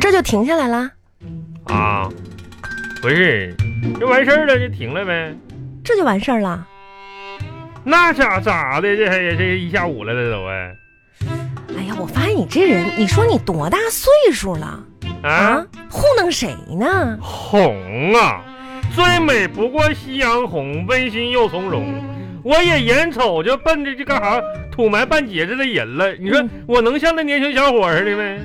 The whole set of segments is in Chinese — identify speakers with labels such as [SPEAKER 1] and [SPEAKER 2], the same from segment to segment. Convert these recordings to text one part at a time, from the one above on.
[SPEAKER 1] 这就停下来了，
[SPEAKER 2] 啊，不是，这完事儿了就停了呗。
[SPEAKER 1] 这就完事儿了。
[SPEAKER 2] 那咋咋的？这还也这一下午了，这都哎
[SPEAKER 1] 哎呀，我发现你这人，你说你多大岁数了
[SPEAKER 2] 啊
[SPEAKER 1] 啊？糊弄谁呢？
[SPEAKER 2] 红啊！最美不过夕阳红，温馨又从容。我也眼瞅着奔着这干啥土埋半截子的人了，你说
[SPEAKER 1] 嗯
[SPEAKER 2] 我能像那年轻小伙似的呗？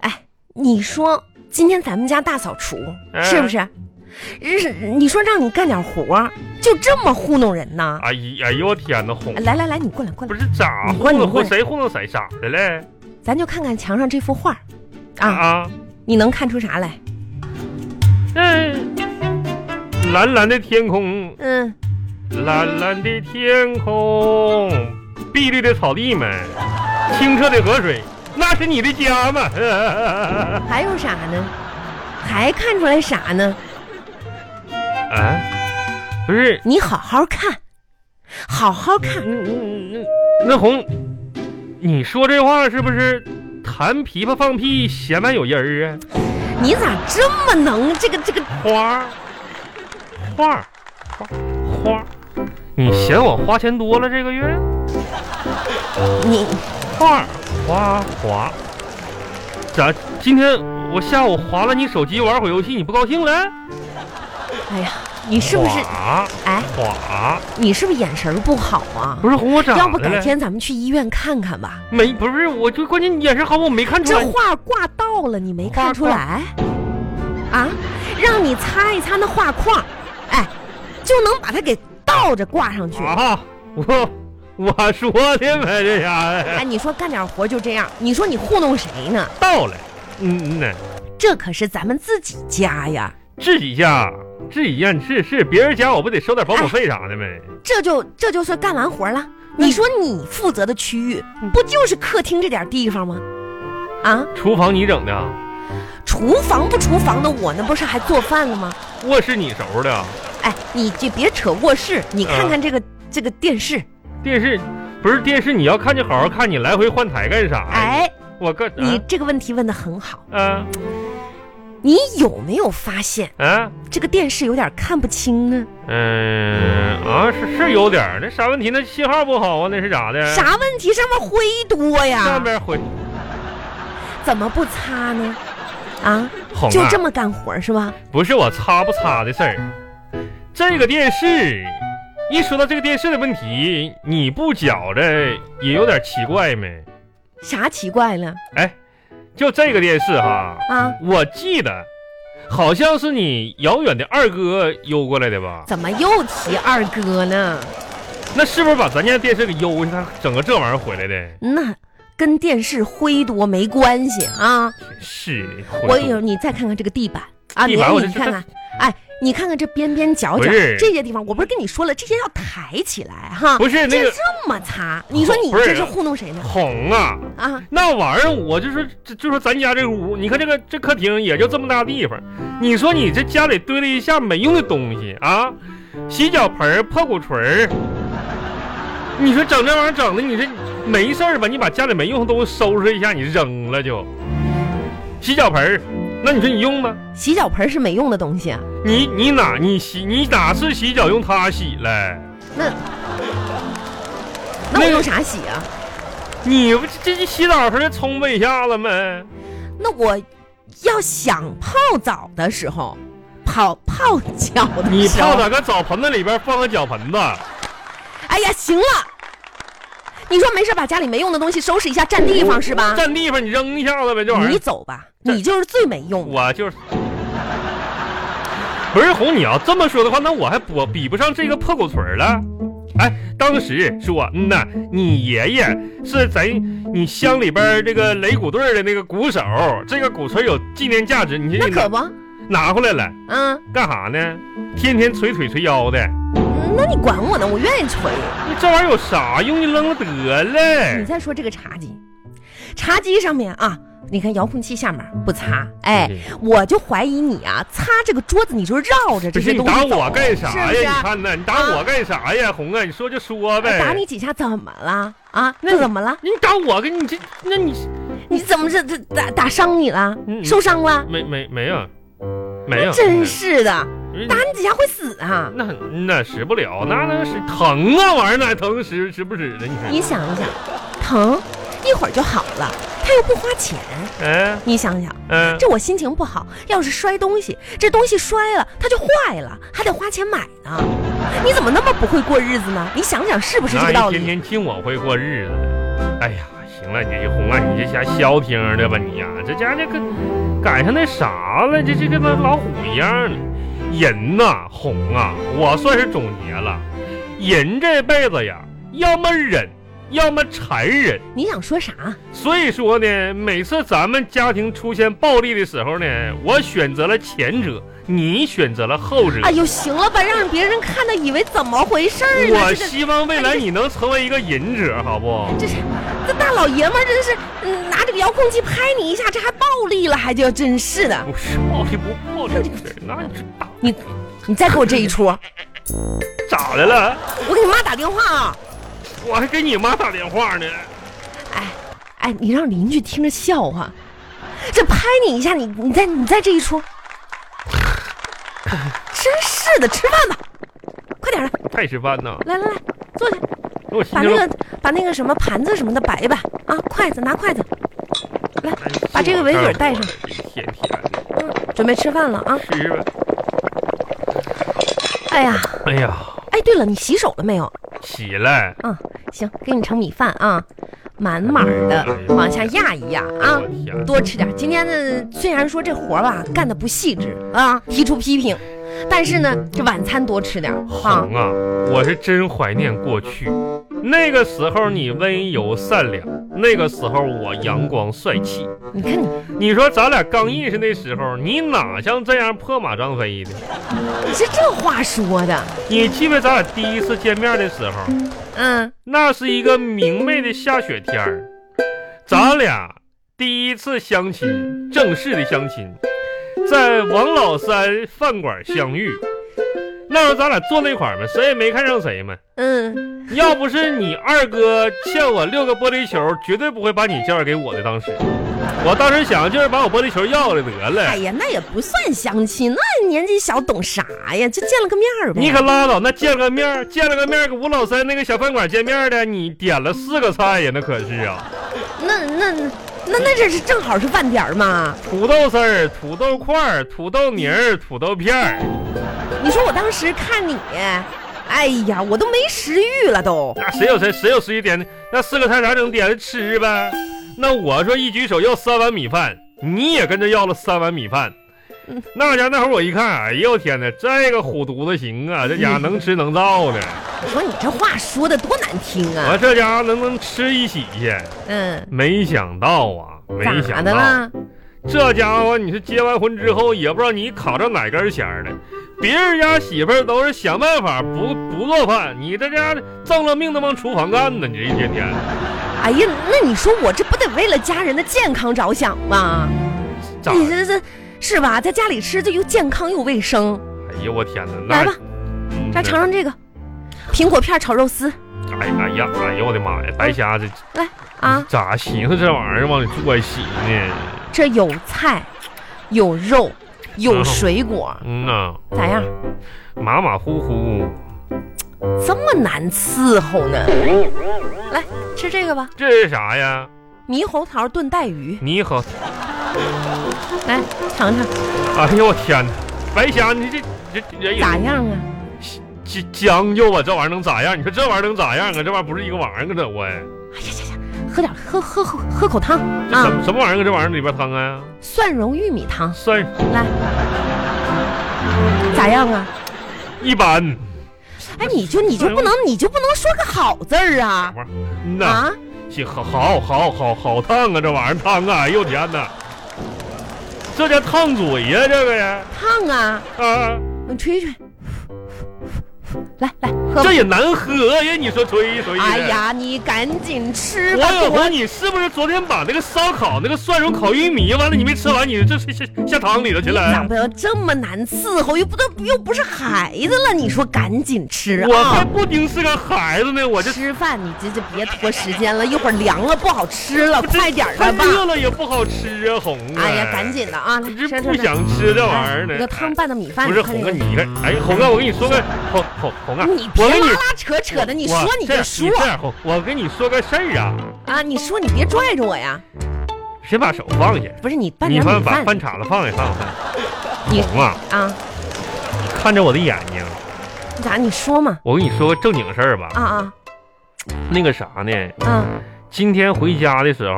[SPEAKER 1] 哎，你说今天咱们家大扫除
[SPEAKER 2] 哎
[SPEAKER 1] 是不是？日你说让你干点活儿，就这么糊弄人呢？
[SPEAKER 2] 哎呀，哎呦我天哪，红！
[SPEAKER 1] 来来来，你过来过
[SPEAKER 2] 不
[SPEAKER 1] 来，
[SPEAKER 2] 是咋
[SPEAKER 1] 你
[SPEAKER 2] 糊
[SPEAKER 1] 过
[SPEAKER 2] 弄
[SPEAKER 1] 你
[SPEAKER 2] 糊
[SPEAKER 1] 过
[SPEAKER 2] 谁糊弄谁咋的嘞？
[SPEAKER 1] 咱就看看墙上这幅画儿，啊，
[SPEAKER 2] 啊，
[SPEAKER 1] 你能看出啥来？
[SPEAKER 2] 嗯，蓝蓝的天空，
[SPEAKER 1] 嗯，
[SPEAKER 2] 蓝蓝的天空，碧绿的草地们，清澈的河水，那是你的家吗？
[SPEAKER 1] 还有啥呢？还看出来啥呢？
[SPEAKER 2] 啊，不是，
[SPEAKER 1] 你好好看，好好看。
[SPEAKER 2] 那那那红，你说这话是不是弹琵琶放屁弦外有音儿啊？
[SPEAKER 1] 你咋这么能？这个这个，
[SPEAKER 2] 花儿，花儿，花儿花儿，你嫌我花钱多了这个月？
[SPEAKER 1] 你
[SPEAKER 2] 花儿花滑，咋今天我下午划了你手机玩会儿游戏，你不高兴了？
[SPEAKER 1] 哎呀，你是不是？
[SPEAKER 2] 滑
[SPEAKER 1] 哎，
[SPEAKER 2] 滑，
[SPEAKER 1] 你是不是眼神儿不好啊？
[SPEAKER 2] 不是哄我咋的了？
[SPEAKER 1] 要不改天咱们去医院看看吧。
[SPEAKER 2] 没不是，我就关键你眼神好，我没看出
[SPEAKER 1] 这
[SPEAKER 2] 来。
[SPEAKER 1] 画挂到了，你没看出来？啊，让你擦一擦那画框，哎，就能把它给倒着挂上去。
[SPEAKER 2] 啊，我我说的呗，这家
[SPEAKER 1] 哎，
[SPEAKER 2] 伙
[SPEAKER 1] 你说干点活就这样，你说你糊弄谁呢？
[SPEAKER 2] 到了，嗯呢，
[SPEAKER 1] 这可是咱们自己家呀，
[SPEAKER 2] 自己家自己家是是别人家我不得收点保姆费啥的呗？
[SPEAKER 1] 这就这就算干完活了。
[SPEAKER 2] 那
[SPEAKER 1] 你说你负责的区域
[SPEAKER 2] 嗯
[SPEAKER 1] 不就是客厅这点地方吗？啊，
[SPEAKER 2] 厨房你整的，
[SPEAKER 1] 厨房不厨房的我那不是还做饭了吗？
[SPEAKER 2] 卧室你收的，
[SPEAKER 1] 哎，你就别扯卧室，你看
[SPEAKER 2] 啊
[SPEAKER 1] 看这个、这个电视，
[SPEAKER 2] 电视不是电视，你要看就好好看，你来回换台干啥呀？
[SPEAKER 1] 哎。
[SPEAKER 2] 我啊个
[SPEAKER 1] 你这个问题问得很好，
[SPEAKER 2] 啊
[SPEAKER 1] 你有没有发现
[SPEAKER 2] 啊
[SPEAKER 1] 这个电视有点看不清呢？
[SPEAKER 2] 嗯啊是是有点儿那啥问题？那信号不好啊？那是咋的？
[SPEAKER 1] 啥问题？上面灰多呀
[SPEAKER 2] 上，边回
[SPEAKER 1] 怎么不擦呢？啊，
[SPEAKER 2] 红
[SPEAKER 1] 就
[SPEAKER 2] 啊
[SPEAKER 1] 这么干活儿是吧？
[SPEAKER 2] 不是我擦不擦的事儿，这个电视。一说到这个电视的问题，你不觉着也有点奇怪没？哎
[SPEAKER 1] 啥奇怪了
[SPEAKER 2] 就这个电视哈，
[SPEAKER 1] 啊？
[SPEAKER 2] 我记得好像是你遥远的二哥邮过来的吧？
[SPEAKER 1] 怎么又提二哥呢？
[SPEAKER 2] 那是不是把咱家电视给邮过去，他整个这玩意儿回来的？
[SPEAKER 1] 那跟电视灰多没关系啊！
[SPEAKER 2] 是，
[SPEAKER 1] 我有你再看看这个地板啊，
[SPEAKER 2] 地
[SPEAKER 1] 你
[SPEAKER 2] 板我这
[SPEAKER 1] 你看看，哎，你看看这边边角
[SPEAKER 2] 不
[SPEAKER 1] 角
[SPEAKER 2] 是
[SPEAKER 1] 这些地方，我不是跟你说了，这些要抬起来哈，
[SPEAKER 2] 不是那
[SPEAKER 1] 这
[SPEAKER 2] 个
[SPEAKER 1] 这么擦，你说你
[SPEAKER 2] 不是
[SPEAKER 1] 这是糊弄谁呢？
[SPEAKER 2] 红啊，
[SPEAKER 1] 啊，
[SPEAKER 2] 那玩意儿我就说，就就说咱家这屋，你看这个这客厅也就这么大地方，你说你这家里堆了一下没用的东西啊，洗脚盆儿、破骨锤儿，你说整这玩意儿整的，你这没事儿吧？你把家里没用的东西收拾一下，你扔了就。洗脚盆儿，那你说你用吗？
[SPEAKER 1] 洗脚盆是没用的东西、啊，
[SPEAKER 2] 你你哪你洗你哪次洗脚用它洗了？
[SPEAKER 1] 那
[SPEAKER 2] 那
[SPEAKER 1] 我
[SPEAKER 2] 个
[SPEAKER 1] 用啥洗啊？
[SPEAKER 2] 你不这这洗澡盆儿冲呗一下子吗？
[SPEAKER 1] 那我要想泡澡的时候，泡泡脚的
[SPEAKER 2] 你
[SPEAKER 1] 时候，
[SPEAKER 2] 泡在个澡盆子里边放个脚盆子，
[SPEAKER 1] 哎呀，行了，你说没事把家里没用的东西收拾一下，占地方是吧？
[SPEAKER 2] 占地方你扔一下子呗，这玩意
[SPEAKER 1] 你
[SPEAKER 2] 儿。
[SPEAKER 1] 走吧，
[SPEAKER 2] 这
[SPEAKER 1] 你就是最没用的。
[SPEAKER 2] 我就是，不是红，你要这么说的话，那我还不比不上这个破狗腿儿了。哎，当时说，嗯呐，你爷爷是咱你乡里边儿这个擂鼓队儿的那个鼓手，这个鼓槌有纪念价值，你这
[SPEAKER 1] 那可不，
[SPEAKER 2] 拿回来了。
[SPEAKER 1] 嗯，
[SPEAKER 2] 干啥呢？天天捶腿捶腰的，
[SPEAKER 1] 嗯那你管我呢？我愿意锤。
[SPEAKER 2] 你这玩意儿有啥用？你扔了得
[SPEAKER 1] 你
[SPEAKER 2] 了。
[SPEAKER 1] 再说这个茶几，茶几上面啊，你看遥控器下面不擦，哎
[SPEAKER 2] 对，
[SPEAKER 1] 我就怀疑你啊，擦这个桌子你就绕着
[SPEAKER 2] 不
[SPEAKER 1] 这
[SPEAKER 2] 是
[SPEAKER 1] 些
[SPEAKER 2] 你
[SPEAKER 1] 东
[SPEAKER 2] 打
[SPEAKER 1] 西走，
[SPEAKER 2] 我干啥呀？
[SPEAKER 1] 是不是
[SPEAKER 2] 你看呐，你打我干啥呀？红啊，你说就说呗。
[SPEAKER 1] 打你几下怎么了啊？
[SPEAKER 2] 那你
[SPEAKER 1] 那怎么了？
[SPEAKER 2] 你打我跟你这，那你
[SPEAKER 1] 你怎么这这打打伤你了？
[SPEAKER 2] 嗯
[SPEAKER 1] 受伤了？
[SPEAKER 2] 没没没有，没有，
[SPEAKER 1] 真是的，
[SPEAKER 2] 嗯
[SPEAKER 1] 打你几下会死啊！
[SPEAKER 2] 那那使不了，那那使疼啊，玩意儿哪疼使使不使的？你看，
[SPEAKER 1] 你想一想，疼一会儿就好了，他又不花钱。
[SPEAKER 2] 嗯
[SPEAKER 1] 你想想，
[SPEAKER 2] 嗯，
[SPEAKER 1] 这我心情不好，要是摔东西，这东西摔了它就坏了，还得花钱买呢。你怎么那么不会过日子呢？你想想是不是这
[SPEAKER 2] 那
[SPEAKER 1] 个道
[SPEAKER 2] 一
[SPEAKER 1] 理？
[SPEAKER 2] 天天听我会过日子的。哎呀，行了，你这红啊，你这瞎消停的吧你呀、这家这个赶上那啥了，这这跟那老虎一样的。人呐、红啊，我算是总结了，人这辈子呀，要么忍，要么残忍。
[SPEAKER 1] 你想说啥？
[SPEAKER 2] 所以说呢，每次咱们家庭出现暴力的时候呢，我选择了前者，你选择了后者。
[SPEAKER 1] 哎呦，行了吧，让别人看到以为怎么回事儿
[SPEAKER 2] 我
[SPEAKER 1] 呢？这个
[SPEAKER 2] 希望未来你能成为一个忍者，好不？
[SPEAKER 1] 这是这大老爷们儿真是，嗯，拿这个遥控器拍你一下，这还暴力了，还就真是的。
[SPEAKER 2] 不是暴力不暴力的事儿，
[SPEAKER 1] 哎
[SPEAKER 2] 那你是打
[SPEAKER 1] 你你再给我这一出，
[SPEAKER 2] 咋的了？
[SPEAKER 1] 我给你妈打电话啊！
[SPEAKER 2] 我还给你妈打电话呢。
[SPEAKER 1] 哎哎，你让邻居听着笑话，这拍你一下，你你再你再这一出，真是的，吃饭吧，快点儿的，
[SPEAKER 2] 太吃饭呐！
[SPEAKER 1] 来来来，坐下，
[SPEAKER 2] 我心
[SPEAKER 1] 把
[SPEAKER 2] 情
[SPEAKER 1] 那个把那个什么盘子什么的摆一摆啊，筷子拿筷子，把这个围嘴戴上。
[SPEAKER 2] 一哎天天的
[SPEAKER 1] 嗯，准备吃饭了啊！
[SPEAKER 2] 吃吧。
[SPEAKER 1] 哎呀，
[SPEAKER 2] 哎呀，
[SPEAKER 1] 哎，对了，你洗手了没有？
[SPEAKER 2] 起来！
[SPEAKER 1] 啊，行，给你盛米饭啊，满满的往下压一压啊
[SPEAKER 2] 我，天哪，
[SPEAKER 1] 多吃点。今天呢，虽然说这活儿吧干的不细致啊，提出批评，但是呢，这晚餐多吃点啊。
[SPEAKER 2] 红啊，我是真怀念过去，那个时候你温柔善良，那个时候我阳光帅气。
[SPEAKER 1] 你看你，
[SPEAKER 2] 你说咱俩刚认识那时候，你哪像这样破马张飞的？
[SPEAKER 1] 你是这话说的，
[SPEAKER 2] 你记不记得咱俩第一次见面的时候，
[SPEAKER 1] 嗯，
[SPEAKER 2] 那是一个明媚的下雪天儿，咱俩第一次相亲，正式的相亲，在王老三饭馆相遇。那时候咱俩坐那块儿嘛，谁也没看上谁嘛。
[SPEAKER 1] 嗯，
[SPEAKER 2] 要不是你二哥欠我六个玻璃球，绝对不会把你介绍给我的。当时，我当时想就是把我玻璃球要了得
[SPEAKER 1] 哎
[SPEAKER 2] 了。
[SPEAKER 1] 呀，那也不算相亲，那年纪小懂啥呀？就见了个面儿呗。
[SPEAKER 2] 你可拉倒，那见个面儿，见了个面儿，搁吴老三那个小饭馆见面儿的，你点了四个菜呀，那可是啊，
[SPEAKER 1] 那那那那这是正好是饭点儿嘛？
[SPEAKER 2] 土豆丝儿、土豆块儿、土豆泥儿、土豆片儿。
[SPEAKER 1] 你说我当时看你，哎呀，我都没食欲了都。
[SPEAKER 2] 那谁有谁谁有时间点的？那四个菜咋整？点着吃呗。那我说一举手要三碗米饭，你也跟着要了三碗米饭
[SPEAKER 1] 嗯。
[SPEAKER 2] 那家那会儿我一看，哎呦我天哪，这个虎犊子行啊，这家伙能吃能造的，
[SPEAKER 1] 你说你这话说的多难听
[SPEAKER 2] 我
[SPEAKER 1] 啊！
[SPEAKER 2] 这家伙能能吃一起去。
[SPEAKER 1] 嗯，
[SPEAKER 2] 没想到啊，没
[SPEAKER 1] 咋
[SPEAKER 2] 想
[SPEAKER 1] 的
[SPEAKER 2] 到，
[SPEAKER 1] 了？
[SPEAKER 2] 这家伙你是结完婚之后，也不知道你卡着哪根弦儿了。别人家媳妇儿都是想办法不不做饭，你这家伙挣了命的往厨房干呢，你这一天天。
[SPEAKER 1] 哎呀，那你说我这不得为了家人的健康着想吗？
[SPEAKER 2] 咋
[SPEAKER 1] 你这这是吧？在家里吃就又健康又卫生。
[SPEAKER 2] 哎呦我天哪！那
[SPEAKER 1] 来吧，
[SPEAKER 2] 嗯
[SPEAKER 1] 来尝。尝这个苹果片炒肉丝
[SPEAKER 2] 哎呀哎呀，哎呦我的妈呀！白瞎这
[SPEAKER 1] 啊！
[SPEAKER 2] 咋寻思这玩意儿往里做洗呢？
[SPEAKER 1] 这有菜，有肉，有
[SPEAKER 2] 嗯
[SPEAKER 1] 水果，
[SPEAKER 2] 嗯呐，
[SPEAKER 1] 咋样？
[SPEAKER 2] 马马虎虎，
[SPEAKER 1] 这么难伺候呢？来吃这个吧，
[SPEAKER 2] 这是啥呀？
[SPEAKER 1] 猕猴桃炖带鱼，
[SPEAKER 2] 你好，
[SPEAKER 1] 来尝尝
[SPEAKER 2] 哎呦我天哪！白瞎你这这这人也
[SPEAKER 1] 咋样啊？
[SPEAKER 2] 将将就吧，这玩意儿能咋样？你说这玩意儿能咋样啊？这玩意儿不是一个玩意儿啊，这我
[SPEAKER 1] 哎呀呀呀，喝点喝喝喝喝口汤
[SPEAKER 2] 这什
[SPEAKER 1] 啊！
[SPEAKER 2] 么什么玩意儿啊？这玩意儿里边汤啊？
[SPEAKER 1] 蒜蓉玉米汤，
[SPEAKER 2] 算
[SPEAKER 1] 来，咋样啊？
[SPEAKER 2] 一般。
[SPEAKER 1] 哎，你就你就不能你就不能说个好字儿啊？
[SPEAKER 2] 嗯呐，
[SPEAKER 1] 啊，
[SPEAKER 2] 行，好好好好好烫啊！这玩意儿烫啊！哎呦天哪，这叫烫嘴呀，这个呀。
[SPEAKER 1] 烫啊！
[SPEAKER 2] 啊，
[SPEAKER 1] 你吹一吹，来来，喝
[SPEAKER 2] 这也难喝呀！你说吹一吹一，
[SPEAKER 1] 哎呀，你赶紧吃吧，
[SPEAKER 2] 王小
[SPEAKER 1] 我
[SPEAKER 2] 红，你是不是昨天把那个烧烤、那个蒜蓉烤玉米，完了你没吃完，你这下下下塘里头去
[SPEAKER 1] 长
[SPEAKER 2] 了？
[SPEAKER 1] 不了这么难伺候，又不都又不是孩子了，你说赶紧吃
[SPEAKER 2] 嗯我还
[SPEAKER 1] 啊！
[SPEAKER 2] 不丁是个孩子呢，我这
[SPEAKER 1] 吃饭你这就别拖时间了，一会儿凉了不好吃了，快点儿
[SPEAKER 2] 太
[SPEAKER 1] 的吧！
[SPEAKER 2] 热了也不好吃啊，红啊！
[SPEAKER 1] 哎呀，赶，紧的啊，来
[SPEAKER 2] 你
[SPEAKER 1] 吃
[SPEAKER 2] 这
[SPEAKER 1] 吃
[SPEAKER 2] 不
[SPEAKER 1] 吃。
[SPEAKER 2] 想吃这玩意
[SPEAKER 1] 哎
[SPEAKER 2] 儿呢？
[SPEAKER 1] 那个汤拌的米饭，
[SPEAKER 2] 不是
[SPEAKER 1] 快
[SPEAKER 2] 红
[SPEAKER 1] 点
[SPEAKER 2] 啊，你看，哎，红啊，我跟你说个红红红啊，
[SPEAKER 1] 你
[SPEAKER 2] 我
[SPEAKER 1] 别
[SPEAKER 2] 跟
[SPEAKER 1] 拉
[SPEAKER 2] 你
[SPEAKER 1] 拉扯扯的，你说
[SPEAKER 2] 我
[SPEAKER 1] 你就
[SPEAKER 2] 这样
[SPEAKER 1] 说
[SPEAKER 2] 你这样红，我跟你说个事儿啊，
[SPEAKER 1] 啊，你说你别拽着我呀，
[SPEAKER 2] 先把手放下，
[SPEAKER 1] 不是你拌
[SPEAKER 2] 你
[SPEAKER 1] 点
[SPEAKER 2] 放
[SPEAKER 1] 米
[SPEAKER 2] 把
[SPEAKER 1] 饭
[SPEAKER 2] 饭叉子放下，放下放
[SPEAKER 1] 你
[SPEAKER 2] 下。红啊，
[SPEAKER 1] 啊，
[SPEAKER 2] 看着我的眼睛，
[SPEAKER 1] 咋你说嘛？
[SPEAKER 2] 我跟你说个正经事儿吧。
[SPEAKER 1] 啊啊
[SPEAKER 2] 那个啥呢，
[SPEAKER 1] 啊
[SPEAKER 2] 今天回家的时候，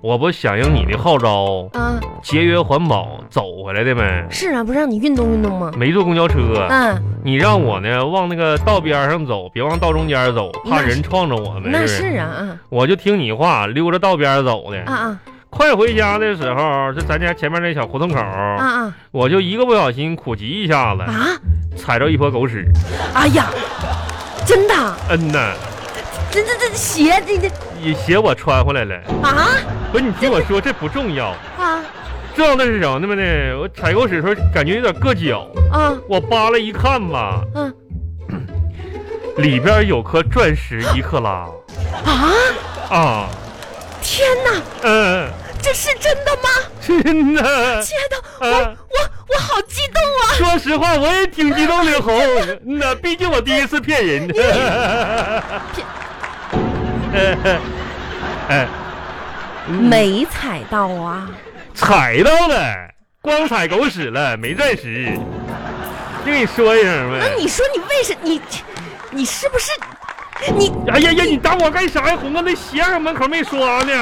[SPEAKER 2] 我不响应你的号召，
[SPEAKER 1] 啊！
[SPEAKER 2] 节约环保走回来的呗，
[SPEAKER 1] 是啊，不让你运动运动吗？
[SPEAKER 2] 没坐公交车。
[SPEAKER 1] 嗯，
[SPEAKER 2] 你让我呢往那个道边上走，别往道中间走，怕人撞着我们。
[SPEAKER 1] 那
[SPEAKER 2] 是不是
[SPEAKER 1] 是啊
[SPEAKER 2] 我就听你话，溜着道边走的。
[SPEAKER 1] 啊啊
[SPEAKER 2] 快回家的时候，这咱家前面那小胡同口，
[SPEAKER 1] 啊啊
[SPEAKER 2] 我就一个不小心苦急一下子，
[SPEAKER 1] 啊啊！
[SPEAKER 2] 踩着一坨狗屎。
[SPEAKER 1] 哎呀，真的，
[SPEAKER 2] 嗯呐，
[SPEAKER 1] 这这这鞋这这
[SPEAKER 2] 也鞋我穿回来了。
[SPEAKER 1] 啊
[SPEAKER 2] 不是你听我说，这不重要。
[SPEAKER 1] 啊
[SPEAKER 2] 重要的是什么呢？呢，我踩狗屎的时候感觉有点硌脚，
[SPEAKER 1] 啊
[SPEAKER 2] 我扒拉一看吧，
[SPEAKER 1] 嗯
[SPEAKER 2] 里边有颗钻石一克拉
[SPEAKER 1] 啊！
[SPEAKER 2] 啊，
[SPEAKER 1] 天哪，
[SPEAKER 2] 嗯、
[SPEAKER 1] 这是真的吗？
[SPEAKER 2] 真的，
[SPEAKER 1] 亲爱的，我
[SPEAKER 2] 啊
[SPEAKER 1] 我我好激动啊！
[SPEAKER 2] 说实话我也挺激动的，红，嗯呐，毕竟我第一次 骗人。哎哎，嗯
[SPEAKER 1] 没踩到啊！
[SPEAKER 2] 踩到了，光踩狗屎了，没钻石，就跟你说一声
[SPEAKER 1] 那
[SPEAKER 2] 呗。
[SPEAKER 1] 你说你为什你你是不是你
[SPEAKER 2] 哎哎呀呀，你打我干啥呀，红哥？那鞋还门口没刷呢。